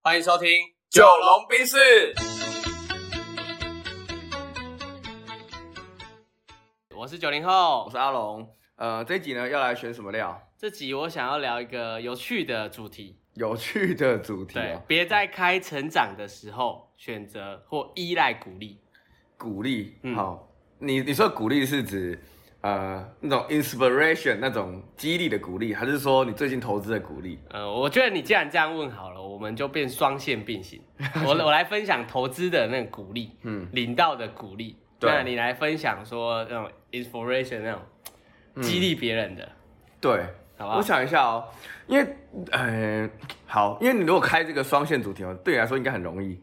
欢迎收听《九龙冰室，我是九零后，我是阿龙。呃，这一集呢要来选什么料？这集我想要聊一个有趣的主题，有趣的主题对哦，，别在该成长的时候选择或依赖鼓励，鼓励。嗯好，你你说鼓励是指呃那种 inspiration 那种激励的鼓励，还是说你最近投资的鼓励？呃，我觉得你既然这样问好了，我们就变双线并 行。我我来分享投资的那个鼓励，嗯领到的鼓励。对那你来分享说那种 inspiration 那种嗯激励别人的，对，好不好我想一下哦，因为呃好，因为你如果开这个双线主题哦，对你来说应该很容易，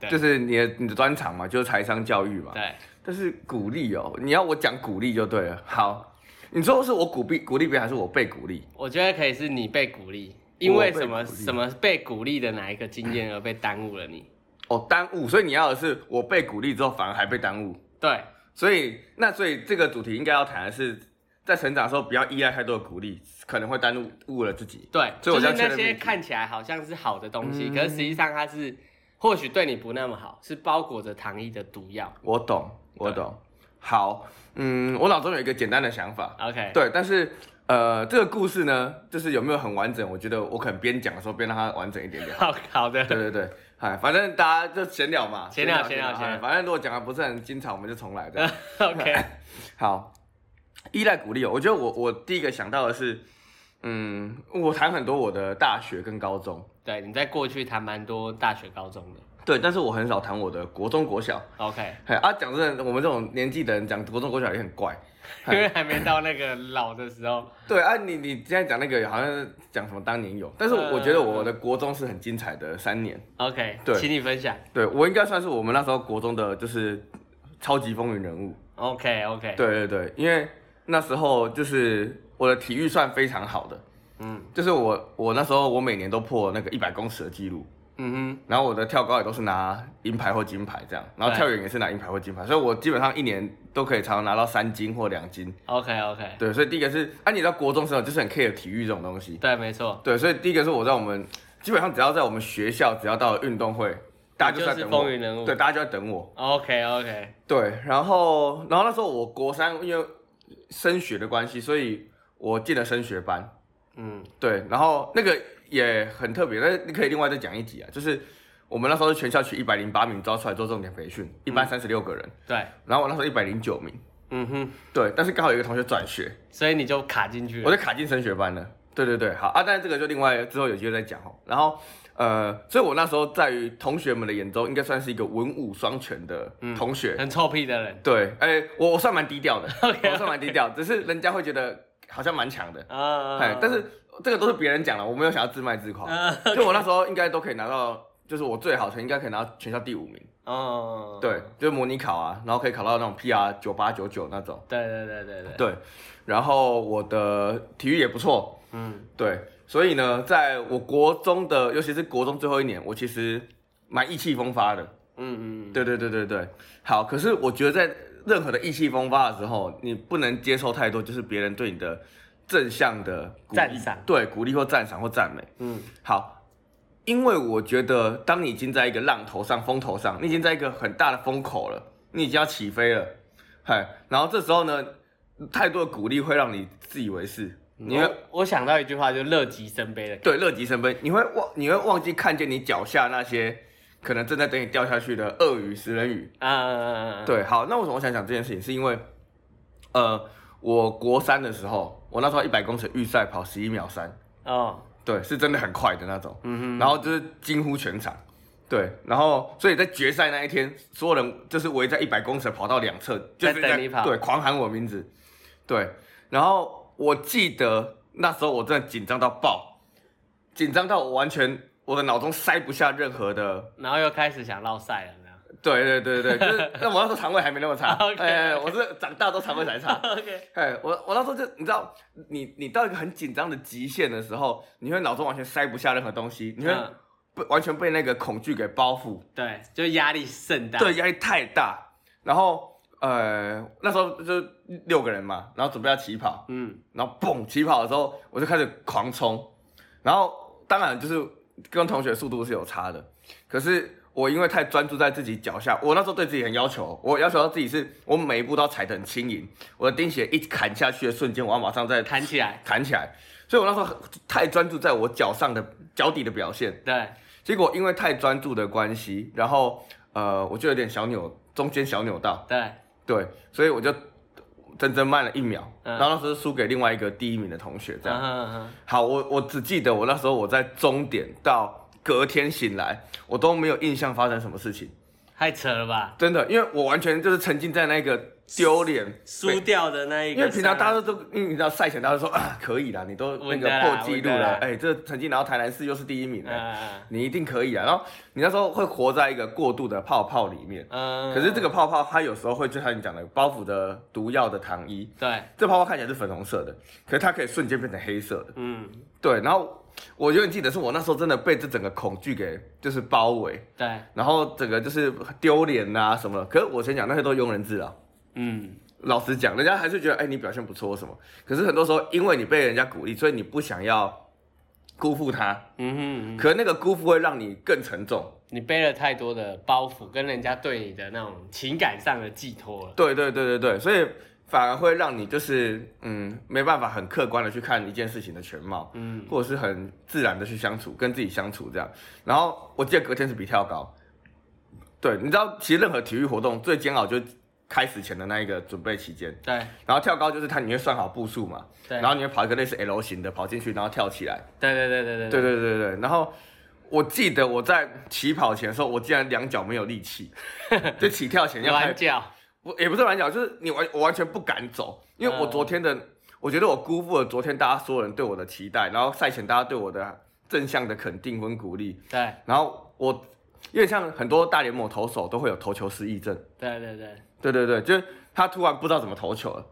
对就是你的你的专长嘛，就是财商教育嘛。对，但是鼓励哦，你要我讲鼓励就对了。好，你说是我鼓励鼓励别人，还是我被鼓励？我觉得可以是你被鼓励，因为什么我被鼓励什么被鼓励的哪一个经验而被耽误了你？哦，耽误，所以你要的是我被鼓励之后反而还被耽误，对，所以那所以这个主题应该要谈的是，在成长的时候不要依赖太多的鼓励，可能会耽误误了自己。对，就所以我是现在那确认些问题嗯看起来好像是好的东西，可是实际上它是或许对你不那么好，是包裹着糖衣的毒药。我懂，我懂。好，嗯，我脑中有一个简单的想法， OK，对，但是呃，这个故事呢，就是有没有很完整？我觉得我可能边讲的时候边让它完整一点点。好好的， 对对对，哎，反正大家就闲聊嘛，闲聊闲聊闲哎聊反正如果讲的不是很精彩，我们就重来这样。 OK，好，依赖鼓励哦，我觉得我我第一个想到的是，嗯，我谈很多我的大学跟高中，对，你在过去谈蛮多大学、高中的。对，但是我很少谈我的国中国小。 OK，嘿啊，讲真的，我们这种年纪的人讲国中国小也很怪。因为还没到那个老的时候。对啊，你你现在讲那个好像是讲什么当年有，但是我呃我觉得我的国中是很精彩的三年， OK，对请你分享。对我应该算是我们那时候国中的就是超级风云人物。 OK OK，对对对，因为那时候就是我的体育算非常好的，嗯就是我我那时候我每年都破那个一百公尺的记录，嗯然后我的跳高也都是拿银牌或金牌这样，然后对跳远也是拿银牌或金牌，所以我基本上一年都可以常常拿到三金或两金。哼，OK OK，对，所以第一个是，啊，你知道国中时候就是很 care 体育这种东西，对，没错，对，所以第一个是我在我们基本上只要在我们学校，只要到了运动会，大家你就就是在等我，风云人物对，大家就在等我， OK OK，对，然后然后那时候我国三因为升学的关系，所以我进了升学班。嗯，对，然后那个也很特别，但是你可以另外再讲一集啊，就是我们那时候是全校取一百零八名招出来做重点培训，一班三十六个人，对，然后我那时候一百零九名。嗯哼，对，但是刚好有一个同学转学，所以你就卡进去我了。就卡进升学班了。对对对，好啊，但是这个就另外之后有机会再讲哦。然后呃，所以我那时候在于同学们的眼中，应该算是一个文武双全的同学。很臭屁的人对，哎、我我算蛮低调的 OK，OK 我算蛮低调，只是人家会觉得好像蛮强的，啊哎、但是这个都是别人讲了，我没有想要自卖自夸，嗯就我那时候应该都可以拿到，就是我最好成绩应该可以拿到全校第五名，哦，对，就是模拟考啊，然后可以考到那种 PR 九八九九那种，对对对对对，对，然后我的体育也不错，嗯，对，所以呢，在我国中的，尤其是国中最后一年，我其实蛮意气风发的，嗯嗯，对对对对对，好。可是我觉得在任何的意气风发的时候，你不能接受太多，就是别人对你的正向的鼓励赞赏对鼓励或赞赏或赞美。嗯，好，因为我觉得当你已经在一个浪头上、风头上，你已经在一个很大的风口了，你已经要起飞了，嗨，然后这时候呢，太多的鼓励会让你自以为是，你会、我我想到一句话，就乐极生悲的感对乐极生悲，你会忘你会忘记看见你脚下那些可能正在等你掉下去的鳄鱼、食人鱼。觉啊啊啊啊，啊，对，好，那为什么我想讲这件事情？是因为，呃，我国三的时候，我那时候一百公尺预赛跑十一秒三，哦，对，是真的很快的那种，嗯哼，然后就是惊呼全场，对，然后所以在决赛那一天，所有人就是围在一百公尺跑道两侧，就是在等你跑对，狂喊我名字，对，然后我记得那时候我真的紧张到爆，紧张到我完全我的脑中塞不下任何的然后又开始想落赛了，呢。对对对对，就是那我那时候肠胃还没那么差 OK，OK，哎，我是长大都肠胃才差。 OK，哎，我我那时候就你知道，你你到一个很紧张的极限的时候，你会脑中完全塞不下任何东西，你会嗯被、完全被那个恐惧给包覆，对，就压力甚大，对，压力太大。然后呃，那时候就六个人嘛，然后准备要起跑，嗯，然后嘣起跑的时候，我就开始狂冲，然后当然就是跟同学速度是有差的。可是我因为太专注在自己脚下，我那时候对自己很要求，我要求到自己是我每一步都要踩得很轻盈，我的钉鞋一砍下去的瞬间，我要马上再弹起来，弹起来。所以我那时候很太专注在我脚上的脚底的表现，对，结果因为太专注的关系，然后呃，我就有点小扭，中间小扭到，对，对，所以我就整整慢了一秒，嗯然后那时候输给另外一个第一名的同学，这样。嗯哼嗯好，我我只记得我那时候我在终点到隔天醒来，我都没有印象发生什么事情，哼，太扯了吧？真的，因为我完全就是沉浸在那个丢脸输掉的那一个，因为平常大家都因为你知道赛前大家都说啊可以啦，你都那啊稳个的啦破纪录稳的了啦，哎、这成绩，然后台南市又是第一名、哎嗯你一定可以啊。然后你那时候会活在一个过度的泡泡里面，嗯，可是这个泡泡它有时候会就像你讲的包覆着毒药的糖衣，对，这泡泡看起来是粉红色的，可是它可以瞬间变成黑色的。嗯，对，然后我永远记得是我那时候真的被这整个恐惧给就是包围，对，然后整个就是丢脸呐、什么的。可是我先讲那些都庸人自扰。嗯，老实讲，人家还是觉得哎、你表现不错什么。可是很多时候，因为你被人家鼓励，所以你不想要辜负他，嗯哼嗯哼，可那个辜负会让你更沉重。你背了太多的包袱，跟人家对你的那种情感上的寄托了。对对对对对，所以反而会让你就是嗯没办法很客观的去看一件事情的全貌，嗯，或者是很自然的去相处，跟自己相处这样。然后我记得隔天是比跳高，对，你知道其实任何体育活动最煎熬就是开始前的那一个准备期间，对然后跳高就是它你会算好步数嘛，对，然后你会跑一个类似 L 型的跑进去，然后跳起来。对对对对对对对对，然后我记得我在起跑前的时候，我竟然两脚没有力气， 就起跳前要乱开，叫，不也不是软脚，就是你完我完全不敢走，因为我昨天的，我觉得我辜负了昨天大家所有人对我的期待，然后赛前大家对我的正向的肯定跟鼓励，对然后我因为像很多大联盟投手都会有投球失忆症，对对对，对对对，就是他突然不知道怎么投球了，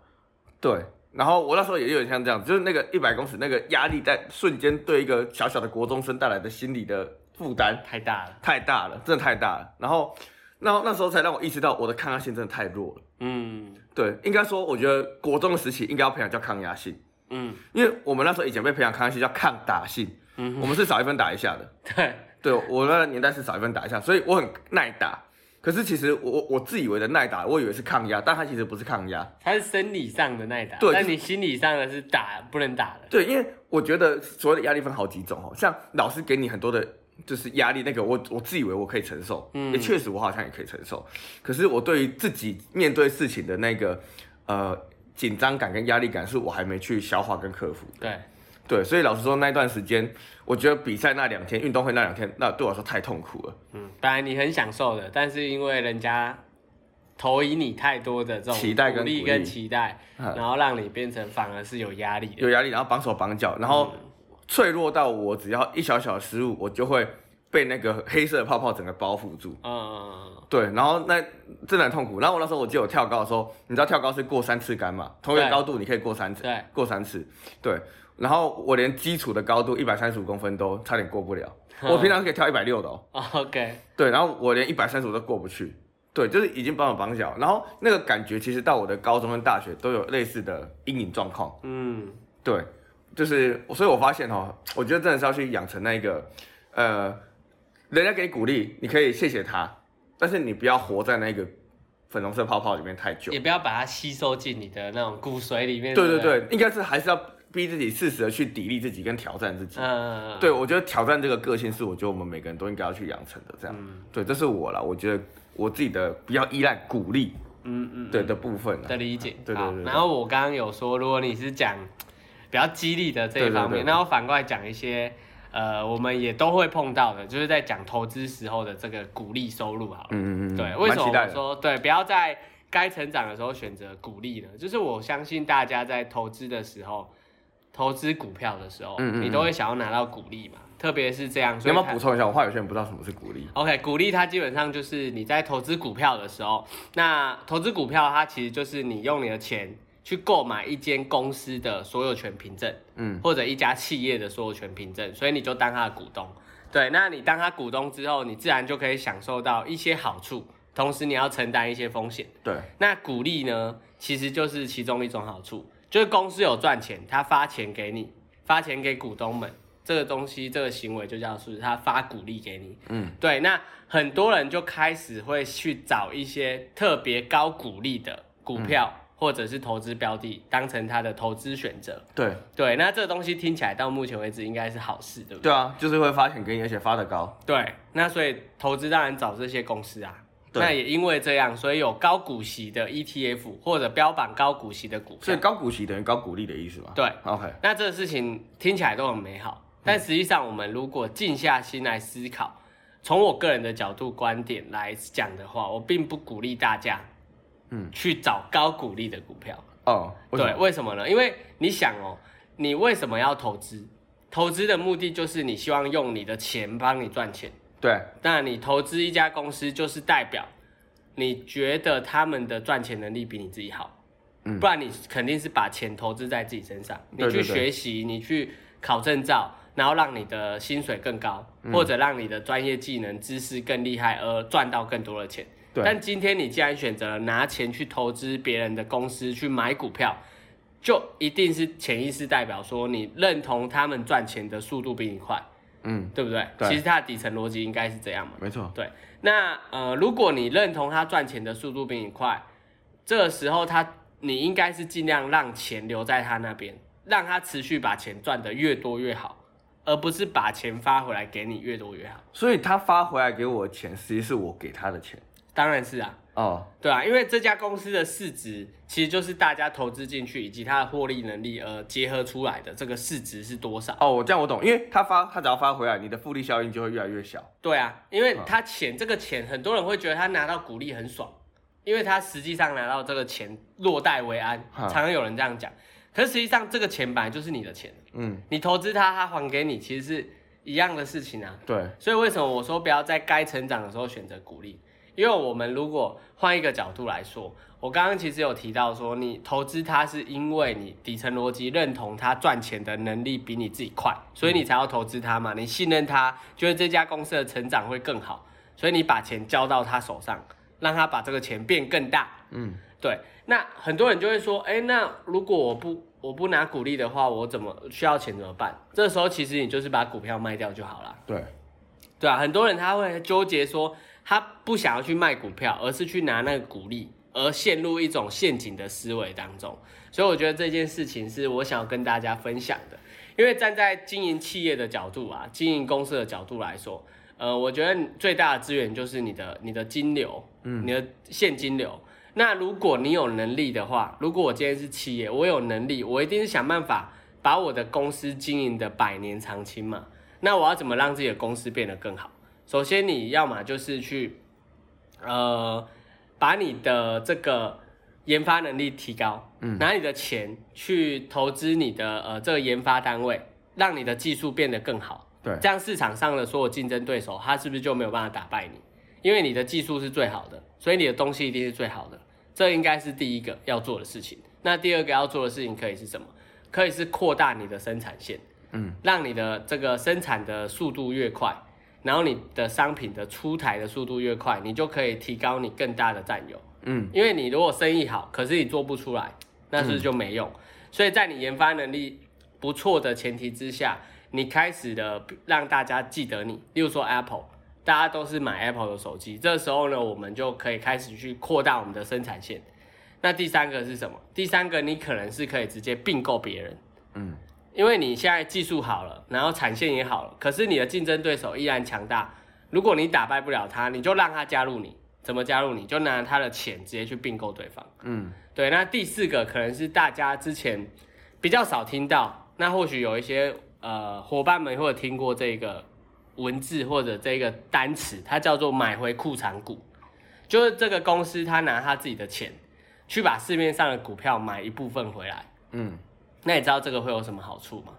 对。然后我那时候也有点像这样，就是那个一百公尺那个压力在瞬间对一个小小的国中生带来的心理的负担太大了。太大了，真的太大了。然后，然后那时候才让我意识到我的抗压性真的太弱了。嗯对，应该说我觉得国中的时期应该要培养叫抗压性，嗯因为我们那时候以前被培养抗压性叫抗打性，嗯我哼，们是少一分打一下的。对，对我那个年代是少一分打一下，所以我很耐打。可是其实我我我自以为的耐打，我以为是抗压，但它其实不是抗压。他是生理上的那一打，对但就是你心理上的是打不能打的。对，因为我觉得所谓的压力分好几种哦，像老师给你很多的，就是压力，那个我我自以为我可以承受，嗯也确实我好像也可以承受，可是我对于自己面对事情的那个呃紧张感跟压力感，是我还没去消化跟克服。对，对，所以老实说，那段时间，我觉得比赛那两天，运动会那两天，那对我来说太痛苦了。嗯，本来你很享受的，但是因为人家投以你太多的这种期待跟鼓励鼓励跟期待，嗯然后让你变成反而是有压力的。有压力，然后绑手绑脚，然后嗯脆弱到我只要一小小的失误，我就会被那个黑色的泡泡整个包覆住。嗯，对，然后那真的很痛苦。然后我那时候我记得我跳高的时候，你知道跳高是过三次杆嘛？同一个对高度你可以过三次，对，过三次，对。然后我连基础的高度一百三十五公分都差点过不了，我平常是可以跳一百六的哦，哦 OK，对，然后我连一百三十五都过不去，对，就是已经帮我绑脚。然后那个感觉其实到我的高中跟大学都有类似的阴影状况，嗯，对，就是，所以我发现哦，我觉得真的是要去养成那一个，呃，人家给你鼓励，你可以谢谢他，但是你不要活在那个粉红色泡泡里面太久也。不要把它吸收进你的那种骨髓里面。对对不对，对，应该是还是要逼自己适时的去砥砺自己跟挑战自己。嗯，对，我觉得挑战这个个性是我觉得我们每个人都应该要去养成的，这样。嗯对，这是我啦，我觉得我自己的比较依赖鼓励嗯嗯对的部分啊。的理解。对对好对对然后我刚刚有说，如果你是讲比较激励的这一方对对对面，那我反过来讲一些。呃，我们也都会碰到的，就是在讲投资时候的这个鼓励收入好了。嗯嗯嗯，对，蛮为什么期待我的说对，不要在该成长的时候选择鼓励呢？就是我相信大家在投资的时候，投资股票的时候，嗯嗯嗯你都会想要拿到鼓励嘛，特别是这样。你所要以不要它补充一下？我怕有些人不知道什么是鼓励。 OK，鼓励它基本上就是你在投资股票的时候，那投资股票它其实就是你用你的钱去购买一间公司的所有权凭证，嗯，或者一家企业的所有权凭证，所以你就当它的股东。对，那你当它股东之后，你自然就可以享受到一些好处，同时你要承担一些风险。对，那股利呢，其实就是其中一种好处，就是公司有赚钱，他发钱给你，发钱给股东们，这个东西，这个行为就叫是他发鼓励给你。嗯，对，那很多人就开始会去找一些特别高股利的股票、或者是投资标的，当成他的投资选择。对，对，那这个东西听起来到目前为止应该是好事，对不对？对啊，就是会发钱给你，而且发的高。对，那所以投资当然找这些公司啊。对那也因为这样，所以有高股息的 ETF 或者标榜高股息的股所票以。高股息等于高股利的意思吧？对，OK，那这个事情听起来都很美好，但嗯实际上我们如果静下心来思考，从我个人的角度观点来讲的话，我并不鼓励大家，嗯去找高股利的股票。哦，为什对，么为什么呢？因为你想哦，你为什么要投资？投资的目的就是你希望用你的钱帮你赚钱。对，那你投资一家公司，就是代表你觉得他们的赚钱能力比你自己好，嗯不然你肯定是把钱投资在自己身上，你对去对对学习，你去考证照，然后让你的薪水更高，嗯或者让你的专业技能、知识更厉害，而赚到更多的钱。对但今天你既然选择了拿钱去投资别人的公司去买股票，就一定是潜意识代表说你认同他们赚钱的速度比你快，嗯，对不对？对其实它的底层逻辑应该是这样嘛。没错，对，那呃，如果你认同他赚钱的速度比你快，这个时候他你应该是尽量让钱留在他那边，让他持续把钱赚得越多越好，而不是把钱发回来给你越多越好。所以他发回来给我的钱，实际是我给他的钱。当然是啊，哦，对啊，因为这家公司的市值其实就是大家投资进去以及它的获利能力而结合出来的，这个市值是多少？哦，我这样我懂，因为他发，他只要发回来，你的复利效应就会越来越小。对啊，因为他钱这个钱，很多人会觉得他拿到股利很爽，因为他实际上拿到这个钱落袋为安，嗯常常有人这样讲。可是实际上这个钱本来就是你的钱，嗯，你投资它，它还给你，其实是一样的事情啊。对，所以为什么我说不要在该成长的时候选择鼓励？因为我们如果换一个角度来说，我刚刚其实有提到说，你投资它是因为你底层逻辑认同它赚钱的能力比你自己快，所以你才要投资它嘛。你信任它，觉得这家公司的成长会更好，所以你把钱交到他手上，让他把这个钱变更大。嗯，对，那很多人就会说，哎，那如果我不我不拿股利的话，我怎么需要钱怎么办？这时候其实你就是把股票卖掉就好了。对，对啊，很多人他会纠结说，他不想要去卖股票，而是去拿那个股利，而陷入一种陷阱的思维当中。所以我觉得这件事情是我想要跟大家分享的，因为站在经营企业的角度啊，经营公司的角度来说，呃，我觉得最大的资源就是你的你的金流，嗯，你的现金流。那如果你有能力的话，如果我今天是企业，我有能力，我一定是想办法把我的公司经营的百年长青嘛。那我要怎么让自己的公司变得更好？首先，你要么就是去，呃，把你的这个研发能力提高，嗯，拿你的钱去投资你的呃这个研发单位，让你的技术变得更好。对这样市场上的所有竞争对手，他是不是就没有办法打败你？因为你的技术是最好的，所以你的东西一定是最好的。这应该是第一个要做的事情。那第二个要做的事情可以是什么？可以是扩大你的生产线，嗯，让你的这个生产的速度越快，然后你的商品的出台的速度越快，你就可以提高你更大的占有。嗯，因为你如果生意好，可是你做不出来，那是不是就没用？嗯所以在你研发能力不错的前提之下，你开始的让大家记得你，例如说 Apple，大家都是买 Apple 的手机，这时候呢，我们就可以开始去扩大我们的生产线。那第三个是什么？第三个你可能是可以直接并购别人，嗯，因为你现在技术好了，然后产线也好了，可是你的竞争对手依然强大。如果你打败不了他，你就让他加入你。怎么加入你？就拿他的钱直接去并购对方。嗯，对，那第四个可能是大家之前比较少听到，那或许有一些呃伙伴们会有听过这个文字或者这个单词，它叫做买回库藏股，就是这个公司他拿他自己的钱去把市面上的股票买一部分回来。嗯，那你知道这个会有什么好处吗？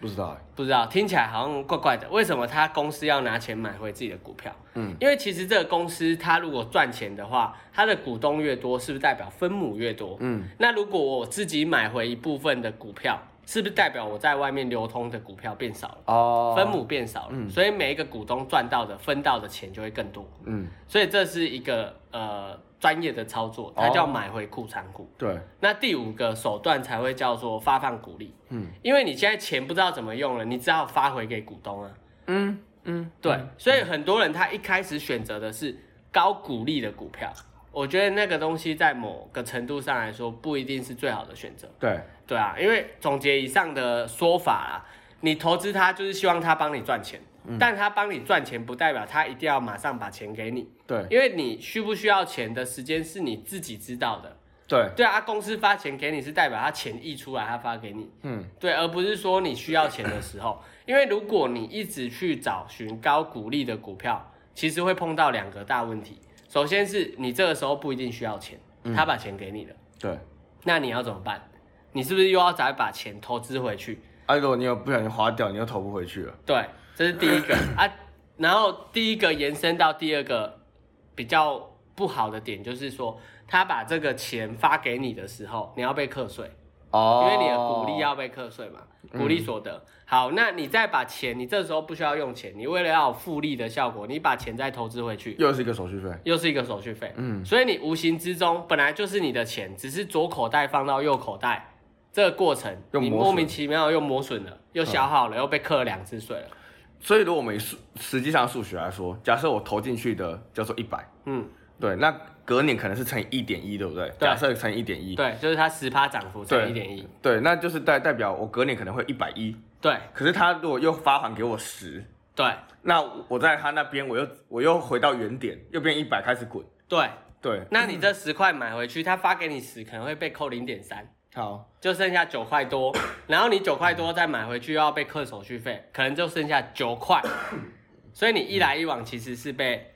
不知道哎，不知道，听起来好像怪怪的。为什么他公司要拿钱买回自己的股票？嗯，因为其实这个公司它如果赚钱的话，它的股东越多，是不是代表分母越多？嗯，那如果我自己买回一部分的股票，是不是代表我在外面流通的股票变少了，哦分母变少了，嗯所以每一个股东赚到的分到的钱就会更多，嗯，所以这是一个呃专业的操作，它哦叫买回库藏股。对，那第五个手段才会叫做发放股利，嗯因为你现在钱不知道怎么用了，你只好发回给股东啊。嗯嗯，对，所以很多人他一开始选择的是高股利的股票，我觉得那个东西在某个程度上来说不一定是最好的选择。对，对啊，因为总结以上的说法啊，你投资它就是希望它帮你赚钱，嗯但它帮你赚钱不代表它一定要马上把钱给你，对，因为你需不需要钱的时间是你自己知道的。对，对啊，公司发钱给你是代表他钱溢出来，他发给你，嗯，对，而不是说你需要钱的时候。因为如果你一直去找寻高股利的股票，其实会碰到两个大问题。首先是你这个时候不一定需要钱，他把钱给你了，对。那你要怎么办？你是不是又要再把钱投资回去？啊，如果你有不小心花掉，你又投不回去了。对，这是第一个啊。然后第一个延伸到第二个比较不好的点，就是说他把这个钱发给你的时候，你要被课税。哦因为你的股利要被课税嘛，股利所得。好，那你再把钱，你这时候不需要用钱，你为了要有复利的效果，你把钱再投资回去，又是一个手续费。又是一个手续费。嗯，所以你无形之中本来就是你的钱，只是左口袋放到右口袋，这个过程又你磨损嗯莫名其妙又磨损了，又消耗了，又被课了两次税了。所以如果我们以数实际上数学来说，假设我投进去的叫做一百，嗯，对，那隔年可能是乘以一点一，对不对？对假设乘以一点一，对，就是它十趴涨幅乘对一点一，对，那就是代代表我隔年可能会一百一，对可是他如果又发还给我十，对那我在他那边我又我又回到原点，又变一百开始滚。对。对，那 你这十块买回去，他发给你十，可能会被扣零点三。好，就剩下九块 多，然后你九块多再买回去又要被扣手续费，可能就剩下九块，所以你一来一往其实是被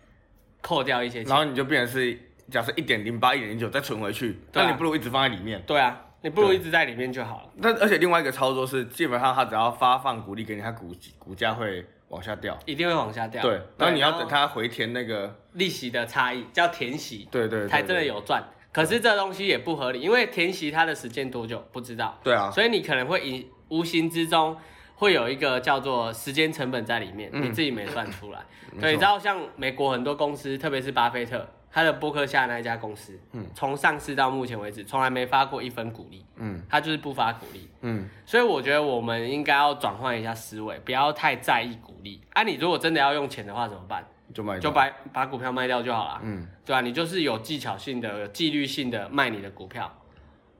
扣掉一些然钱。后你就变成是假设一点零八、一点零九再存回去，对啊那你不如一直放在里面。对啊，你不如一直在里面就好了。但而且另外一个操作是，基本上它只要发放股利给你，它股股价会往下掉。一定会往下掉。对，然后你要等它回填那个，利息的差异叫填息，对对对，才真的对。有赚。可是这东西也不合理，因为填息它的时间多久不知道，对啊，所以你可能会以无形之中会有一个叫做时间成本在里面，嗯你自己没算出来。对，你知道像美国很多公司，特别是巴菲特他的伯克夏那一家公司，嗯，从上市到目前为止，从来没发过一分股利，嗯他就是不发股利。嗯，所以我觉得我们应该要转换一下思维，不要太在意股利。啊，你如果真的要用钱的话怎么办？就卖就掉。把把股票卖掉就好了，嗯，对啊吧、你就是有技巧性的、有纪律性的卖你的股票，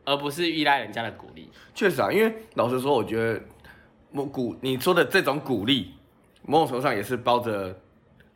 而不是依赖人家的鼓励。确实啊，因为老实说，我觉得我股你说的这种股利，某种程度上也是包着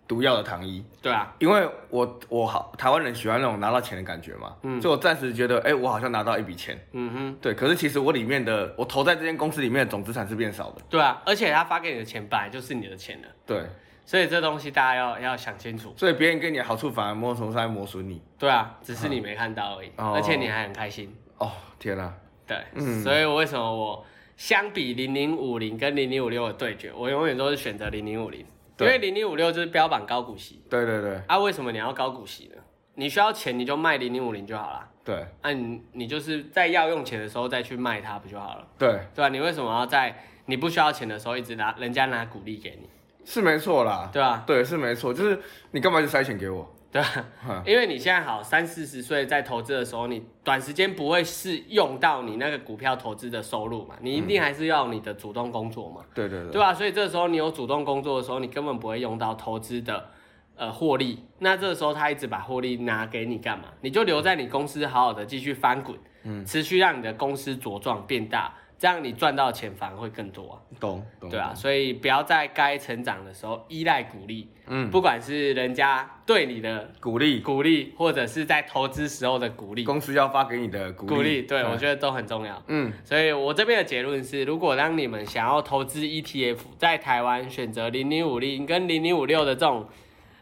毒药的糖衣。对啊，因为我我好台湾人喜欢那种拿到钱的感觉嘛，嗯，所以我暂时觉得，哎、我好像拿到一笔钱，嗯哼，对，可是其实我里面的我投在这间公司里面的总资产是变少的，对啊，而且他发给你的钱本来就是你的钱了，对，所以这东西大家要要想清楚。所以别人给你的好处反而某种程度上在磨损你。对啊，只是你没看到而已，哦嗯而且你还很开心。哦，天哪、对，所以为什么我相比零零五零跟零零五六的对决，我永远都是选择零零五零，因对为零零五六就是标榜高股息。对对对啊，为什么你要高股息呢？你需要钱你就卖零零五零就好了。对那、你你就是在要用钱的时候再去卖它不就好了？对，对吧、啊你为什么要在你不需要钱的时候一直拿人家拿鼓励给你？是没错啦。对啊对，是没错，就是你干嘛就塞钱给我？对吧、嗯因为你现在好三四十岁在投资的时候，你短时间不会是用到你那个股票投资的收入嘛，你一嗯定还是要你的主动工作嘛，对对对吧、所以这时候你有主动工作的时候，你根本不会用到投资的呃获利。那这时候他一直把获利拿给你干嘛？你就留在你公司好好的继续翻滚，嗯持续让你的公司茁壮变大，这样你赚到的钱反而会更多啊。懂懂。对啊，，所以不要在该成长的时候依赖鼓励，嗯不管是人家对你的鼓励鼓励，或者是在投资时候的鼓励，公司要发给你的鼓励，鼓励，对嗯我觉得都很重要。嗯，所以我这边的结论是，如果当你们想要投资 ETF，在台湾选择零零五零跟零零五六的这种，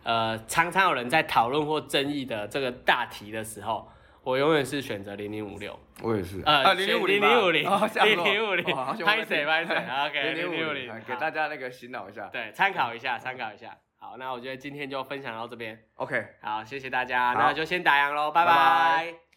呃，常常有人在讨论或争议的这个大题的时候，我永远是选择零零五六。我也是。啊呃零零五哦选零0050零0050拍谁拍 谁，OK，零零五0050零，给大家那个洗脑一下。对，参考一下，参考一下。好，那我觉得今天就分享到这边。 OK，好，谢谢大家，好那就先打烊喽，拜拜拜拜